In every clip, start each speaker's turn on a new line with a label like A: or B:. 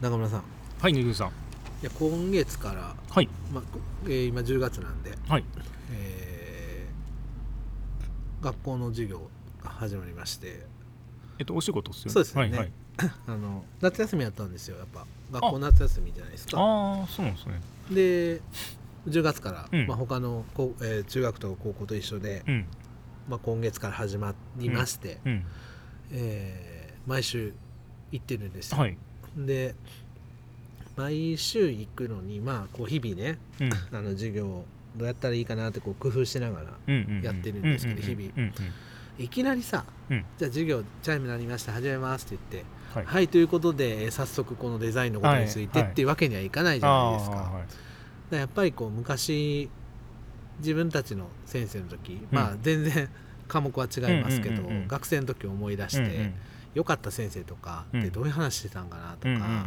A: 中村さんい
B: はい、ぬぐさん。
A: や今月から、
B: はい。
A: まあこえー今10月なんで、
B: はい。
A: えー学校の授業が始まりまして
B: えっと、お仕事っすよね。
A: そうですよね
B: はい、はい。
A: あの夏休みやったんですよやっぱ学校夏休みじゃないですか
B: ああ、そうなんですね。
A: で10月から、
B: うん
A: まあ、他の高、えー中学と高校と一緒で、
B: うん。
A: まあ、今月から始まりまして、
B: うん。
A: えー毎週行ってるんですよ、
B: はい。
A: で毎週行くのにまあこう日々ね
B: うん。
A: あの授業をどうやったらいいかなってこう工夫しながら
B: うんうん。
A: やってるんですけど
B: ううう
A: 日々
B: うんうん。
A: いきなりさ、
B: うん
A: じゃあ授業チャイム鳴りました始めますって言って
B: はい。
A: はい、ということでえー早速このデザインのことについて
B: はい
A: っていうわけにはいかないじゃないですか,、だからやっぱりこう昔自分たちの先生の時、まあ全然科目は違いますけど、
B: うんうんうんうん
A: 学生の時思い出して、良かった先生とかってどういう話してたんかなとか、
B: あ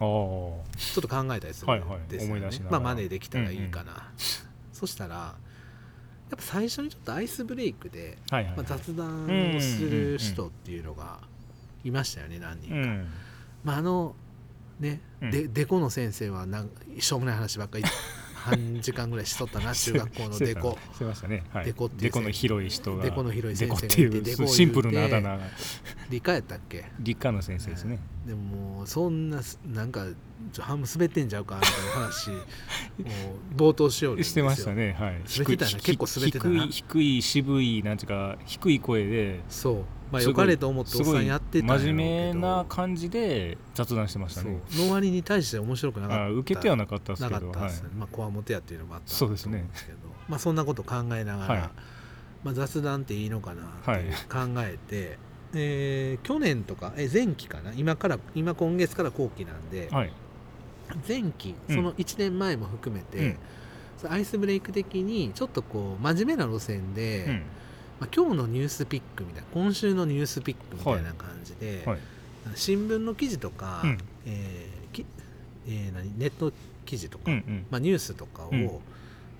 B: あー。
A: ちょっと考えたりする
B: はいはい
A: んですよね、
B: 思い出しなが
A: まあ
B: ら
A: マネできたらいいかな、そしたらやっぱ最初にちょっとアイスブレイクで、
B: はいはい
A: ま
B: は
A: あ、
B: い。
A: 雑談をする人っていうのがいましたよね何人
B: う
A: か、
B: ん。
A: まあ、あのね、
B: うん
A: ででこの先生はなんしょうもない話ばっかり半時間ぐらいしとった な中学校のデコ。
B: してましたね。はい。
A: デコっていう
B: デコの広い人が。
A: デコの広い先生がいて
B: デコってい
A: デコを言う
B: う
A: て
B: シンプルなあだ名が。
A: 理科やったっけ
B: 理科の先生ですね。
A: でももうそんなすなんかちょ半分滑ってんちゃうかみたいな 話もう冒頭しよう
B: してましたね。はい。
A: 滑ってたな
B: 低い
A: 結構滑ってたな
B: 低い低い渋いなんていうか低い声で。
A: そうまあ
B: す
A: 良
B: ごい
A: かれと思っておっさんやってたんやろうけ
B: すご
A: ど
B: い真面目な感じで雑談してましたね
A: そうの割に対して面白くなかった
B: あ受けてはなかったですけ
A: な
B: ど
A: かったですね
B: は、
A: まあこわもてやっていうのもあった
B: そうですね
A: と思うんですけどまあそんなこと考えながら、
B: はい
A: まあ、雑談っていいのかなっていう
B: はい
A: 考えて、えー去年とかえ前期かな今から今今月から後期なんで、
B: い、はい
A: 前期
B: うん
A: その1年前も含めて、
B: うん
A: そのアイスブレイク的にちょっとこう真面目な路線で、
B: うん
A: まあ、今日のニュースピックみたいな今週のニュースピックみたいな感じで、
B: はい
A: 新聞の記事とか、
B: うん
A: えーきえー何ネット記事とか、
B: うんうん
A: まあ、ニュースとかを、
B: うん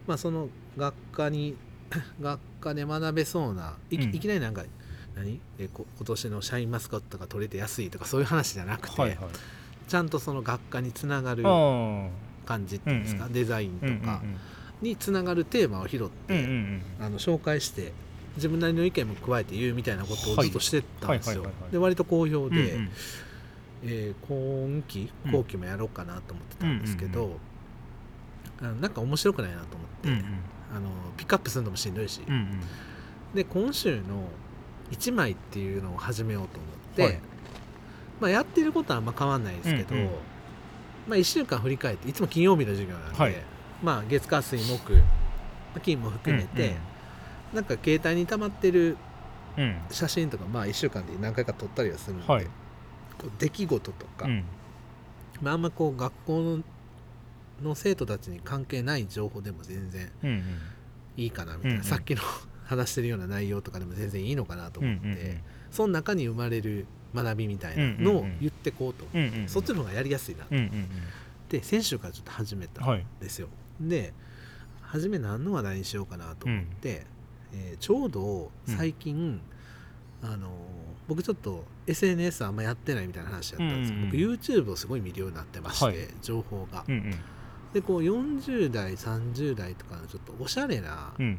A: まあ、その学科に 学科で学べそうないき,、
B: うん
A: いきなりなんか何えこ今年のシャインマスカットが取れて安いとかそういう話じゃなくて、
B: はいはい
A: ちゃんとその学科につながる
B: あー
A: 感じっていうんですか、
B: うんう
A: デザイン
B: うんうん
A: とかにつながるテーマを拾っ
B: うんうん
A: て、
B: うんうん
A: あの紹介して自分なりの意見も加えて言うみたいなことをずっとしてたんですよ
B: はいはいはいはいはい
A: で割と好評で、
B: うんうん
A: えー今期
B: うん
A: 後期もやろうかなと思ってたんですけど、
B: うんう
A: あのなんか面白くないなと思って、
B: うん
A: あのピックアップするのもしんどいし、
B: うんうん
A: で今週の1枚っていうのを始めようと思って、
B: はい
A: まあ、やってることはあんま変わんないですけど、
B: うんうん
A: まあ、1週間振り返っていつも金曜日の授業なんで、
B: はい
A: まあ、月火水木金も含めて、なんか携帯に溜まってる
B: うんうん
A: 写真とか、まあ、1週間で何回か撮ったりはするので、
B: はい
A: こう出来事とか、
B: うん
A: まあ、あんまこう学校のの生徒たちに関係ない情報でも全然
B: うんうん
A: いいかなみたいな、
B: うんうん
A: さっきの 話してるような内容とかでも全然いいのかなと
B: うんう
A: 思って、
B: ん
A: その中に生まれる学びみたいなのを言ってこうと思って、
B: うんうん
A: そっちの方がやりやすいなっ
B: うんうん
A: て先週からちょっと始め
B: うん
A: たん
B: はい
A: ですよ。で初め何の話題にしようかなと思って、えーちょうど最近、あのー僕ちょっと SNS あんまやってないみたいな話だったんですけど、
B: うんうんうん
A: 僕 YouTube をすごい見るようになってまして、
B: はい
A: 情報が
B: う。ん
A: でこう40代30代とかのちょっとおしゃれな
B: うんうん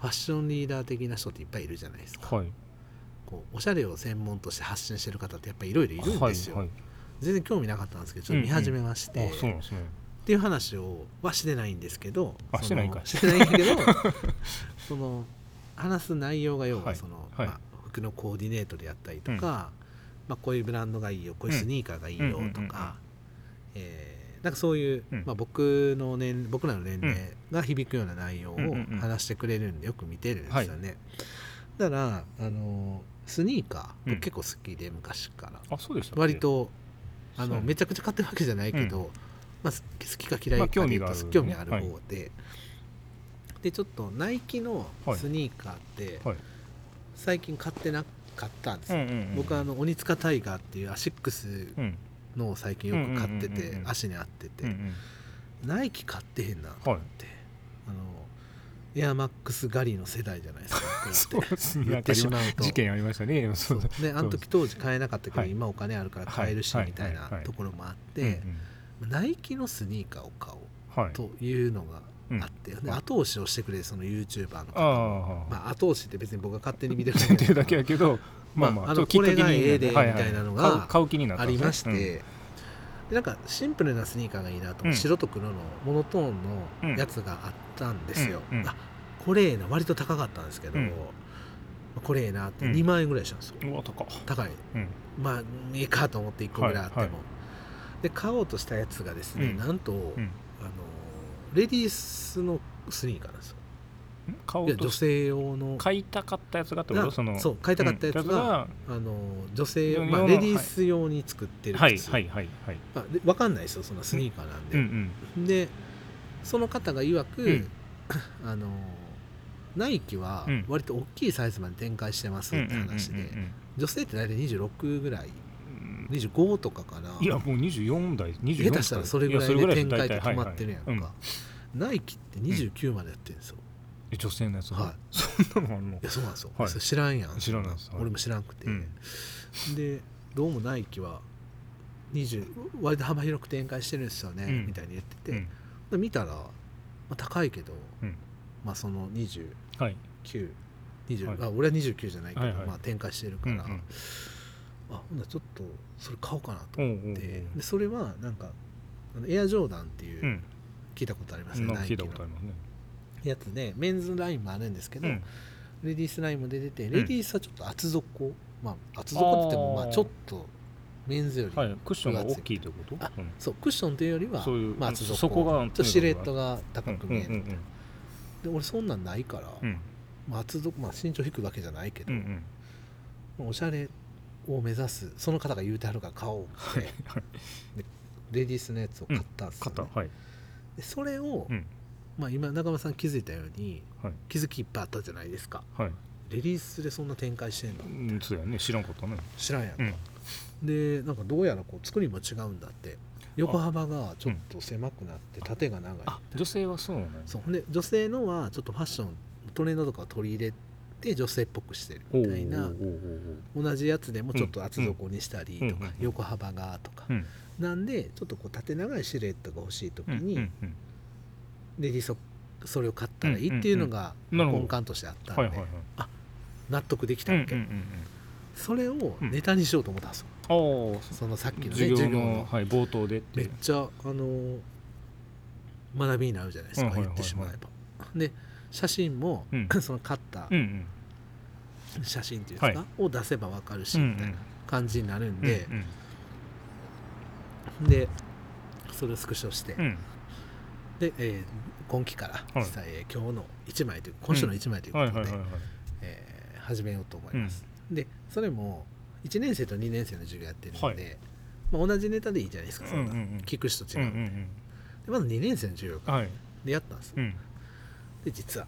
A: ファッションリーダー的な人っていっぱいいるじゃないですか、
B: はい
A: こうおしゃれを専門として発信してる方ってやっぱりいろいろいるん
B: は
A: で
B: い
A: すよ、
B: はい
A: 全然興味なかったんですけどちょっと見始めまして、
B: あそうなんですね
A: っていう話をはしてないんですけどその
B: あしてないんかい
A: してないんやけ どその話す内容が要
B: は
A: はいその、
B: はい
A: まあ、服のコーディネートであったりとか、まあ、こういうブランドがいいよこういうスニーカーがいいよ
B: うんうんうん
A: と
B: うん
A: か、えーなんかそういう、
B: うん
A: まあ、僕の年僕らの年齢が響くような内容を
B: うんうんうん
A: 話してくれるんでよく見てるんですよね。だからあのスニーカー僕結構好きで、昔から
B: あそうでしたっけ
A: 割とあ
B: そう
A: の
B: ね
A: めちゃくちゃ買ってるわけじゃないけど、まあ、好き好きか嫌いかで言うと
B: まあ興味がある
A: 興味ある
B: は
A: 方
B: い
A: で、でちょっとナイキの
B: はい
A: スニーカーって
B: はい
A: 最近買ってなかったんです
B: うん
A: よ、
B: うんうん
A: 僕はあの鬼塚タイガーっていうアシックス
B: うん
A: のを最近よく買ってて、
B: うんうんうんうんうん
A: 足に合ってて、
B: うんう ん
A: ナイキ買ってへんなと思
B: はい
A: ってあのエアマックス狩りの世代じゃないですか僕らって
B: そうです
A: 言
B: ね
A: っ。てしまうと
B: 事件ありましたね。でもそうだ
A: ね、あの時当時買えなかったけど、
B: はい
A: 今お金あるから買えるし
B: はい
A: みたいな
B: はいはい
A: ところもあって、
B: うんうん
A: ナイキのスニーカーを買おう
B: はい。
A: というのがあって、で後押しをしてくれるその YouTuber の方
B: ああ、まあ、
A: まあ、後押しって別に僕が勝手に見てる
B: っていうだけやけど、まあ
A: まあ
B: ま
A: あ
B: あ、
A: の
B: ちょっときっかけに
A: これがええで
B: はは
A: みたいなのが
B: 買う買う気になった
A: あ
B: んで
A: り
B: すね
A: まして、でなんかシンプルなスニーカーがいいなと、
B: うん
A: 白と黒のモノトーンのやつがあったんですよ、
B: うんうん
A: あこれええな割と高かったんですけど、
B: うん
A: これええなって
B: うん
A: 2万円ぐらいしたんですよ、
B: うんうわ高っ
A: 高い
B: うん
A: まあええかと思って1個ぐらいあっても、
B: はいは
A: で買おうとしたやつがですね、
B: うん
A: なんと、
B: ん
A: あのレディースのスニーカーなんですよ
B: 買お
A: いうや
B: と
A: 女性用の
B: 買いたかったやつがってこ
A: が
B: とその
A: そう買いたかったやつ
B: うん
A: が、あの女性用、まあ、
B: 用の
A: レディース用に作ってる
B: はい
A: 靴、
B: はいはいはい
A: まあ、でわかんないですよそんなスニーカーなん
B: うんう
A: で、
B: ん
A: でその方が曰く、
B: うん
A: あのナイキは
B: うん
A: 割と大きいサイズまで展開してますって話で、
B: うんうんうん
A: 女性って大体26ぐらい
B: うん
A: 25とかかな
B: うんいやもう24台24
A: 下手したらそれぐらい
B: やそ
A: で
B: れ
A: 展
B: ぐら
A: 開
B: い
A: で
B: です
A: 止
B: 大体
A: まってるやんか、
B: はいはい
A: ナイキって29までやってるんですよ、
B: うん女性のやつ
A: はい
B: そん なのあんの
A: いやそうなんですよ、
B: はい
A: それ知らんやん
B: 知らないですはい
A: 俺も知らんくて、
B: うん
A: でどうもナイキは20割と幅広く展開してるんですよね、
B: うん
A: みたいに言ってて、
B: うん
A: で見たら、まあ、高いけど、
B: うん
A: まあ、その29、
B: はい
A: 20
B: はい
A: あ俺は29じゃないけど、
B: はいはい
A: まあ、展開してる
B: う
A: か
B: ん
A: ら、
B: うん
A: あほんならちょっとそれ買おうかなと
B: おう
A: 思
B: おう
A: っ
B: おう
A: て、でそれはなんかあのエアジョーダンっていう、
B: うん
A: 聞いたことあります
B: そん
A: ね
B: な
A: ナ
B: の
A: イ
B: 聞
A: キ
B: いたことあ
A: の
B: りますね
A: やつでメンズラインもあるんですけど、
B: うん
A: レディースラインも出てて
B: ん
A: レディースはちょっと厚底、まあ厚底って言っても
B: あー
A: まあちょっとメンズより、
B: はいクッションが大きいってこと
A: あ
B: うん
A: そうクッションというよりは
B: そういう
A: まあ、厚底
B: そこが
A: ちょっとシルエットが高く見える、
B: うんうんうん
A: で俺そんなんないから、
B: うん
A: まあ、厚底、まあ、身長低くわけじゃないけ
B: う
A: ど、
B: んうん
A: まあおしゃれを目指すその方が言うてはるから買おうって、
B: はい
A: でレディースのやつを買ったんですよ
B: 肩
A: ね、
B: はい
A: でそれを、
B: うん
A: まあ、今中村さん気づいたように、
B: はい
A: 気づきいっぱいあったじゃないですか
B: はい
A: レディースでそんな展開してんの
B: うんそうやね知らんかったね
A: 知らんやん
B: うん
A: でなんかどうやらこう作りも違うんだって横幅がちょっと狭くなって縦が長い
B: あ女性はそうなんや
A: そうほんで女性のはちょっとファッショントレンドとかを取り入れて女性っぽくしてるみたいな
B: おうおうおうおう
A: 同じやつでもちょっと厚底にしたりと
B: うんうん
A: か
B: うん
A: 横幅がとか
B: うん
A: なんでちょっとこう縦長いシルエットが欲しい時
B: うん
A: に
B: うんうん
A: レディースそれを買ったらいいっていうのが
B: うんうんうんな
A: 根
B: るほど
A: 幹としてあった
B: はい
A: ん
B: はいは
A: で
B: い
A: 納得できたわけ
B: うんうんうんうん
A: それをネタにしようと思ったんですよ
B: おー
A: そのさっきのね
B: 授業
A: 授業
B: の
A: の
B: はい冒頭でって
A: め
B: い
A: っ
B: う
A: ちゃあの学びになるじゃないですか、
B: うんはい
A: 言ってしまえば。で写真も、
B: うん
A: その買った
B: うんうん
A: 写真っていうんですか、
B: は
A: を出せば分かるし
B: うんう
A: み
B: ん
A: たいな感じになるんで
B: う、ん
A: でそれをスクショして、
B: うんうん
A: で、えー今期から実際、えー今日の1枚という今週の1枚というこ
B: はい
A: と
B: はいはい
A: で
B: はい
A: えー始めようと思います。でそれも1年生と2年生の授業やってるので、まあ、同じネタでいいじゃないですかそんな、
B: うんうんうん
A: 聞く人
B: う
A: 違う
B: んうん
A: で、まず2年生の授業
B: うんはい
A: でやったんです
B: うん
A: で実は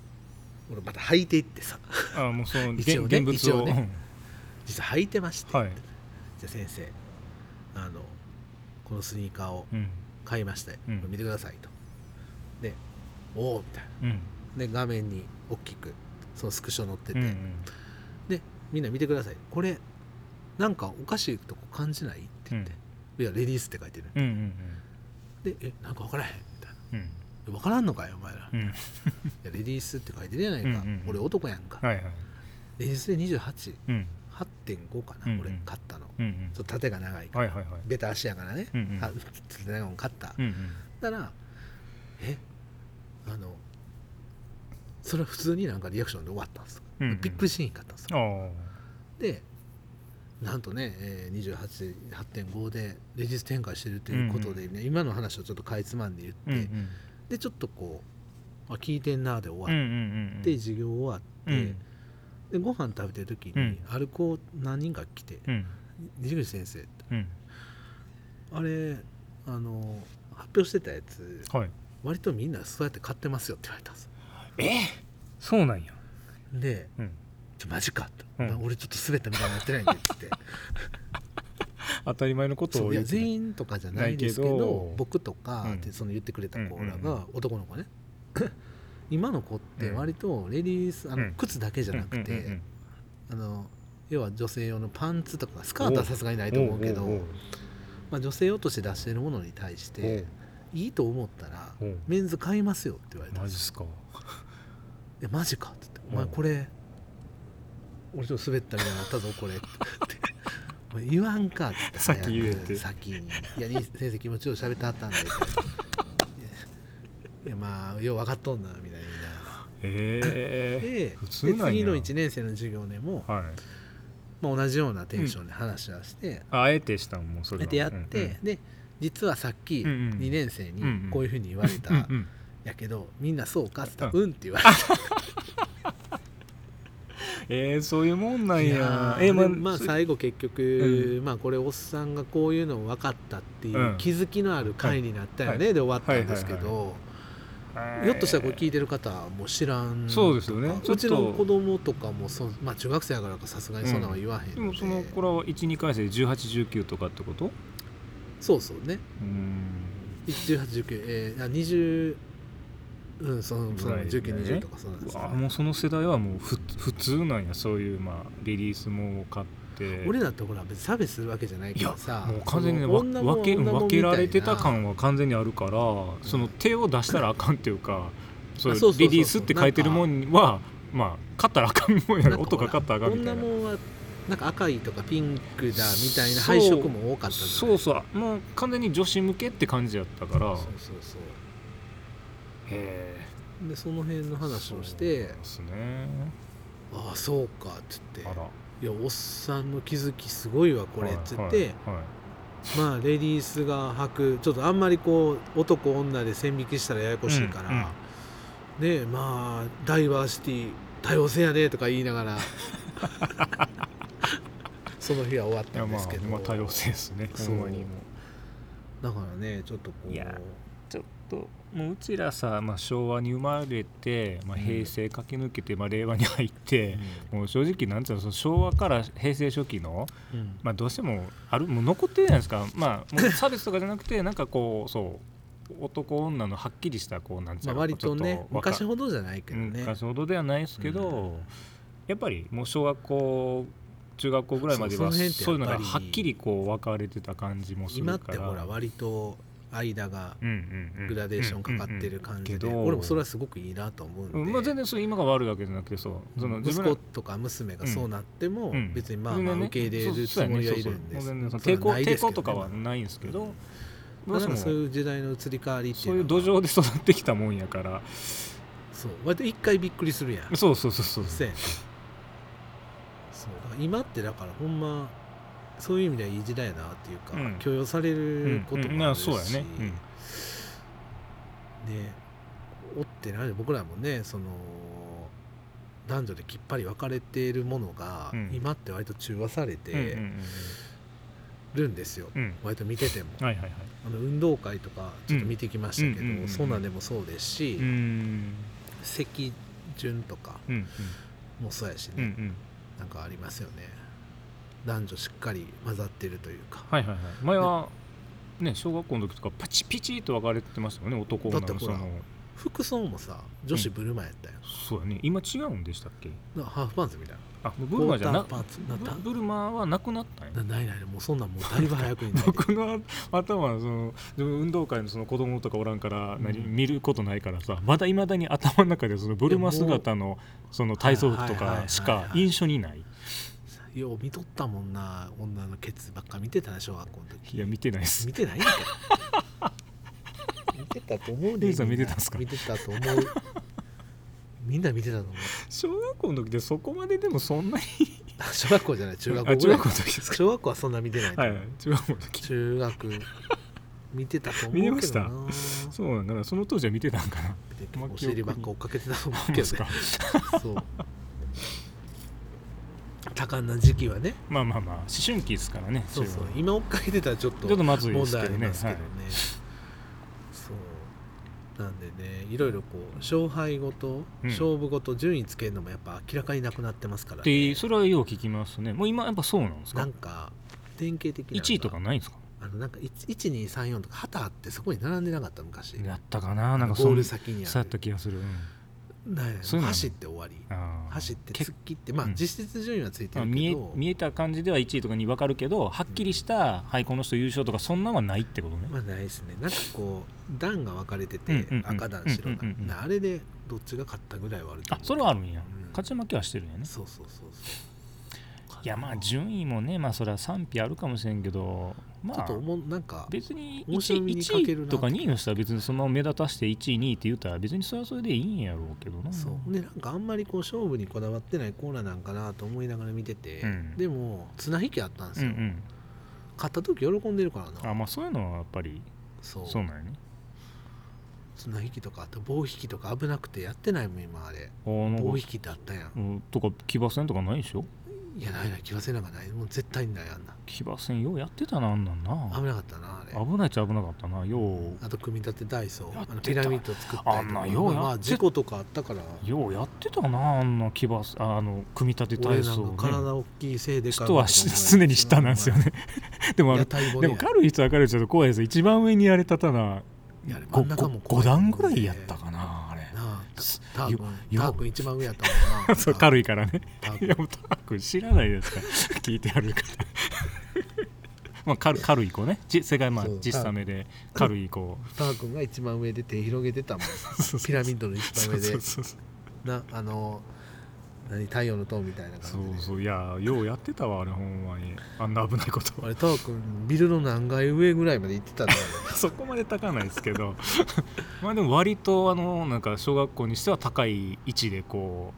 A: 俺また履いていってさ
B: あーもうその
A: 一
B: 現
A: 応ね
B: 現
A: 一
B: 物
A: 応
B: を
A: ね実は履いてまして、
B: うんはい
A: じゃあ先生あのこのスニーカーを
B: うん
A: 買いましたよ、
B: うん
A: これ見てくださいとでおおみたい
B: うん
A: なで画面に大きくそのスクショ載ってて、
B: うんうん
A: でみんな見てくださいこれなんかおかしいとこ感じないって言って、いやレディースって書いてる
B: うんうん
A: でえなんか分からへんみたいな
B: うん
A: 分からんのかよお前ら、
B: う
A: い
B: んうん
A: やレディースって書いてるやないか、
B: うんうんうん
A: 俺男やんか、
B: はいはい
A: レディースで28
B: うん
A: 8.5かな、
B: うんうん
A: 俺買ったの
B: うんうん
A: ちょっと縦が長いから、
B: はいはいはい
A: ベタ足やからね、
B: うんうん
A: あつってないもん買った、
B: うん
A: だからえあのそれは普通になんかリアクションで終わったんですよ、
B: うんうん
A: びっくりしにかったんです
B: う
A: よ
B: んあ
A: でなんとね、えー、28.5でレジス展開してるということで、ね今の話をちょっとかいつまんで言って、
B: あうんうん
A: でちょっとこうあ聞いてんなーで
B: うん
A: 終わ
B: うんうんうん
A: って、授業終わって、
B: うん
A: でご飯食べてる時に、
B: うん
A: アルコー何人か来て
B: うん
A: 「西口先生
B: うん
A: あれあの発表してたやつ
B: はい
A: 割とみんなそうやって買ってますよって言われたんです
B: えそうなんや
A: で
B: うん
A: 「ちょマジか」と、
B: うん
A: まあ俺ちょっと滑ったみたいになってないんで」っつって
B: 当たり前のこと
A: そ
B: を
A: うい
B: 言
A: や
B: う
A: 全員とかじゃないですけど
B: ないけど
A: 僕とか、
B: うん
A: でその言ってくれた子ら
B: うんうん
A: が、男の子ね 今の子って割とレディース、あ
B: う
A: の
B: ん
A: 靴だけじゃなくて、あの要は女性用のパンツとかスカートはさすがにないと思うけど
B: おおお
A: まあ、女性用として出してるものに対していいと思ったら
B: おお
A: メンズ買いますよって言われた
B: マジっすか
A: えマジかって言って「お
B: う
A: 前
B: ん
A: これ俺ちょっと滑ったみたいになったぞこ れ」ってお前言わんか」って言った
B: さっき言えって
A: 先に「いやいい先生気持ちよく喋ってはったんで」いやいやまあよう分かっとんな」みたいな
B: え
A: で
B: 普通
A: で
B: なんや
A: 次の1年生の授業でも
B: え、はい
A: まあ、同じようなテンションで話はして、
B: ああえてしたんもうそれは
A: でやって、で実はさっき
B: うんうん
A: 2年生
B: うんう
A: に
B: ん
A: こういうふうに言われた、
B: うんうんうんうん
A: やけどみんなそうかって言ったら「
B: う
A: うん」って言われた
B: えー、そういうもんなん
A: い
B: や
A: やー
B: えー
A: でまあ
B: そ
A: 最後結局、まあこれおっさんがこういうのを分かったっていううん気づきのある回になったよね、で終わったんですけど、
B: はいはい
A: ひょっとしたらこれ聞いてる方はもう知らんとか
B: そうですよねちょ
A: う
B: っ
A: ち
B: と
A: の子供とかもそう、まあ、中学生やからかさすがにそんなのは言わへん
B: で
A: の
B: も
A: で、
B: その頃は12回生で1819とかってことう
A: そうそうね
B: ーん
A: 1819えー、あ20うんそのその
B: ぐらいだね
A: 1920とかそうなんです
B: う
A: よ
B: わもうその世代はもうふ普通なんやそういうまあリリースも買って
A: 俺だってほら別に差別するわけじゃない
B: い
A: か
B: や
A: らさ
B: もう完全にね
A: そ
B: わ
A: の女も
B: 分け
A: 女も
B: 分けられて
A: み
B: た
A: いな
B: 感は完全にあるからその手を出したらあかんっていうかそうい
A: そうそうそう
B: う
A: そう
B: リリースって書いてるもんはまあ勝ったらあかんもんや
A: な
B: ろ
A: ん
B: 音が勝ったらあかんみたい
A: 女
B: な
A: もんはなんか赤いとかピンクだみたいな配色も多かったじゃない
B: そうそうもう完全に女子向けって感じやったからへ
A: そうそうそう
B: え
A: でその辺の話をして
B: そうなん
A: 「ああそうか」っつって「
B: ですねあら
A: いやおっさんの気づきすごいわこれ」っつって、
B: はいはい
A: まあレディースが履くちょっとあんまりこう男女で線引きしたらややこしいから、ねまあダイバーシティ多様性やねとか言いな がらその日は終わっ
B: い
A: た
B: や
A: ん
B: ま
A: ですけ
B: あ
A: ど、
B: まあ多様性ですね
A: そう
B: ほんまにもう
A: だからねちょっとこう
B: いやちょっともううちらさ、まあ、昭和に生まれて、まあ、
A: うん
B: 平成駆け抜けて、まあ、令和に入って、
A: う
B: もう正直なんつうのその昭和から平成初期の、
A: ん
B: まあ、どうしてもあるもう残ってるじゃないですか、まあ、もう差別とかじゃな くてなんかこうそう男女のはっきりしたこうなんつう
A: ま
B: の
A: あ、割と
B: ちょ
A: ね
B: っと若
A: 昔ほどじゃないけどね
B: 昔ほどではないですけど、
A: うん
B: やっぱりもう小学校中学校ぐらいまでは
A: そ
B: そうう
A: そ
B: いう
A: の辺ってやっぱ
B: のが
A: り
B: はっきりこう分かれてた感じもするか
A: 今っ
B: ら
A: てほら割と間が
B: うんうんうん
A: グラデーションかかってる感じで
B: うんうんうんうんけど
A: 俺もそれはすごくいいなと思うんで、
B: うんまあ、全然そう今が悪いわけじゃなくてそうその
A: 息
B: 自分
A: 子
B: ら
A: とか娘がそうなっても
B: うん
A: 別にまあまあ受け入れるつ
B: そう
A: もりはい
B: そう
A: る
B: やね
A: んで
B: そう
A: す
B: そうもう全然その
A: それ
B: 抵抗
A: はないです
B: 抵
A: けどね
B: 抗とかはないんですけど、
A: まあなん
B: どう
A: か
B: し
A: そ
B: て
A: う
B: も
A: いう時代の移り変わりって
B: そ
A: いうう
B: いう
A: の
B: 土
A: は
B: 壌で育ってきたもんやから
A: そう割と一回びっくりするやん
B: そうそうそうそう
A: せやねそうだから今ってだからほんまそういう意味ではいい時代やなっていうか、
B: うん
A: 許容されること
B: うんうん
A: もあ
B: ま
A: る
B: あ
A: し、
B: そうやね、うん
A: ねおってない僕らもねその男女できっぱり分かれているものが、
B: うん
A: 今って割と中和され
B: うん
A: てるんですよ、
B: うんうん
A: 割と見てても
B: うんはいはいはい
A: あの運動会とかちょっと見てきましたけど、
B: うんうんうんうん
A: そんなんでもそうですし、
B: うん
A: 席順とか
B: うん
A: もそうやしね、
B: うんうん
A: なんかありますよね男女しっかり混ざってるというか、
B: はいはいはい前はね小学校の時とかパチピチと分かれてましたよね男女
A: だって
B: の
A: ほ
B: そ
A: ら
B: の
A: 服装もさ女子ブルマやったよ、
B: そうやね今違うんでしたっけ
A: なハーフパンツみたい
B: あブルマじゃな
A: コーターパンツなった
B: ブブルマはなくなったんや
A: ななないないもうそんなんもうだいぶ早くに ないで
B: 僕の頭はその自分運動会のその子供とかおらんから
A: うん
B: 何、見ることないからさまだいまだに頭の中でそのブルマ姿のその体操服と
A: はいはいはいは
B: か
A: い
B: しか印象にない
A: よう見とったもんな女のケツばっか見てたな小学校の時
B: いや見てないです
A: 見てないんかい見てたと思う
B: レ
A: で
B: イさん
A: みな
B: 見てたんすか
A: 見てたと思うみんな見てた と思う
B: 小学校の時でそこまででもそんなに
A: 小学校じゃない中学校
B: あ
A: ぐ
B: 中
A: らい
B: 学校の時ですか
A: 小学校はそんな見てないと
B: は
A: 思、
B: いうはい中学校の時
A: 中学見てたと思うけどな
B: 見てましたそうなんかなその当時は見てたんかな
A: で結構お尻ばっか追っかけてたと思う
B: で
A: け
B: す
A: ど
B: か
A: ねそう多感な時期はね
B: まあまあまあ思春期ですからね
A: そうそう
B: 中学
A: 今追っかけてたらちょっと
B: ちょっとまずいで
A: 問
B: す
A: 題
B: け
A: あ
B: ど
A: り
B: ね
A: ますけどねそうなんでねいろいろこう勝敗ごと、
B: うん
A: 勝負ごと順位つけるのもやっぱ明らかになくなってますから、
B: はい、
A: ね
B: で、それはよう聞きますねもう今やっぱそうなんです
A: な
B: か
A: んか典型的なのが
B: 1位とかないんですか
A: あのなんか1234とか旗あってそこに並んでなかった昔
B: やったかななんか
A: ゴ
B: そ
A: ー
B: うい
A: ル
B: う
A: 先に
B: そう
A: あ
B: やった
A: る
B: 気がする、うん
A: ないない
B: そういうのあるの
A: 走って終わり
B: あー
A: 走って
B: 結
A: 突っ切ってまあ
B: うん
A: 実質順位はついて
B: まあ
A: る
B: 見
A: け
B: え
A: ど
B: 見えた感じでは1位とか2位分かるけどはっきりした、はいこの人優勝とかそんなんはないってことね、
A: まあないですねなんかこう段が分かれて
B: うん
A: て
B: うんうん
A: 赤段白
B: うんうんうん
A: 段なあれでどっちが勝ったぐらいはあると
B: あ
A: 思う
B: それはあるんや、
A: うん
B: 勝ち負けはしてるんやね
A: そうそうそうそう
B: い
A: い
B: やまあ順位もねまあそれは賛否あるかもしれんけどま
A: ちょっ
B: あ
A: と思うなんか
B: 別に
A: 面白
B: 1,
A: みに欠けるな
B: 位とか2位の人は別にそのまま目立たして1位2位って言うたら別にそれはそれでいいんやろうけどな
A: そうでなんかあんまりこう勝負にこだわってないコーナーなんかなと思いながら見てて、
B: うん
A: でも綱引きあったんです
B: うんう
A: よ、
B: ん
A: 勝った時喜んでるからな
B: あまあそういうのはやっぱり
A: そう
B: そうなんやね
A: 綱引きとかあと棒引きとか危なくてやってないもん今あれ
B: あなん
A: 棒
B: か
A: 引きってあったやん
B: うんとか騎馬戦とかないでしょ
A: いやないない気がせなんかないもう絶対にないあんな
B: 騎馬戦ようやってたなあんなんな
A: 危なかったなあれ
B: 危ないっちゃ危なかったなよう
A: あと組み立てダイソ
B: や
A: ー
B: ってた
A: あのピラミッド作ったりとか
B: あんなようやって
A: まあ事故とかあったから
B: ようやってたなあんな騎馬ああの組み立て
A: 俺
B: 体
A: な
B: 操
A: ん
B: ね
A: か体大きいせいでかい
B: 人はし 常に下なんですよねでもあ
A: 屋
B: の
A: 台
B: で
A: 骨
B: も
A: や
B: 軽い人は軽い人と怖いですよ一番上にやれたただ
A: いやあれ真ん中も怖
B: 5
A: いよね
B: 段ぐらいやったかなあれ
A: なあ
B: す
A: タークン
B: よ
A: タークン一番上やったもんな
B: そう
A: い
B: 軽いからね
A: ター
B: い
A: クン
B: やもうターク知らないですから聞いてあるから まあ軽軽い子ねじ世界まあ
A: そう
B: 実際目で軽い子
A: タークンが一番上で手広げてたもんピラミッドの一番上
B: そ
A: で
B: うそうそう
A: なあの何太陽の塔みたいな
B: そ
A: 感じで
B: うそういやようやってたわあれほんまにあんな危ないこと
A: あれタークンビルの何階上ぐらいまで行って たんだよね
B: そこまで高ないですけど まあでも割とあのなんか小学校にしては高い位置でこ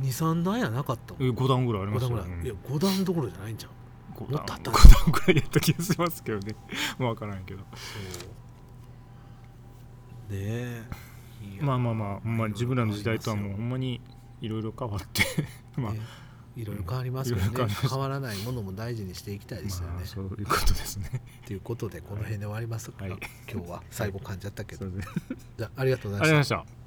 A: 23段やなかった
B: う
A: もん
B: 5段ぐらいあり
A: 5
B: ました
A: 段ぐ
B: よ
A: らい、
B: うん
A: いや5段どころじゃないんじゃん
B: 5
A: もっ
B: 段
A: とあった
B: 五段ぐらいやった気がしますけどね分からんけど
A: そうねえいや
B: まあまあまあほんまに自分らの時代とはもう
A: ね
B: ほんまにいろいろ変わって まあ、
A: いろいろ変わりますよ
B: いろいろ変わり
A: ね
B: ます
A: 変わらないものも大事にしていきたいですよ
B: ま
A: ね
B: あ、そういうことですね
A: ということでこの辺で終わりますか、
B: はい
A: 今日は最後噛んじゃったけ
B: す
A: ど
B: いませんありがとう
A: じゃあありがとうご
B: ご
A: ざいま
B: ざい
A: した
B: ました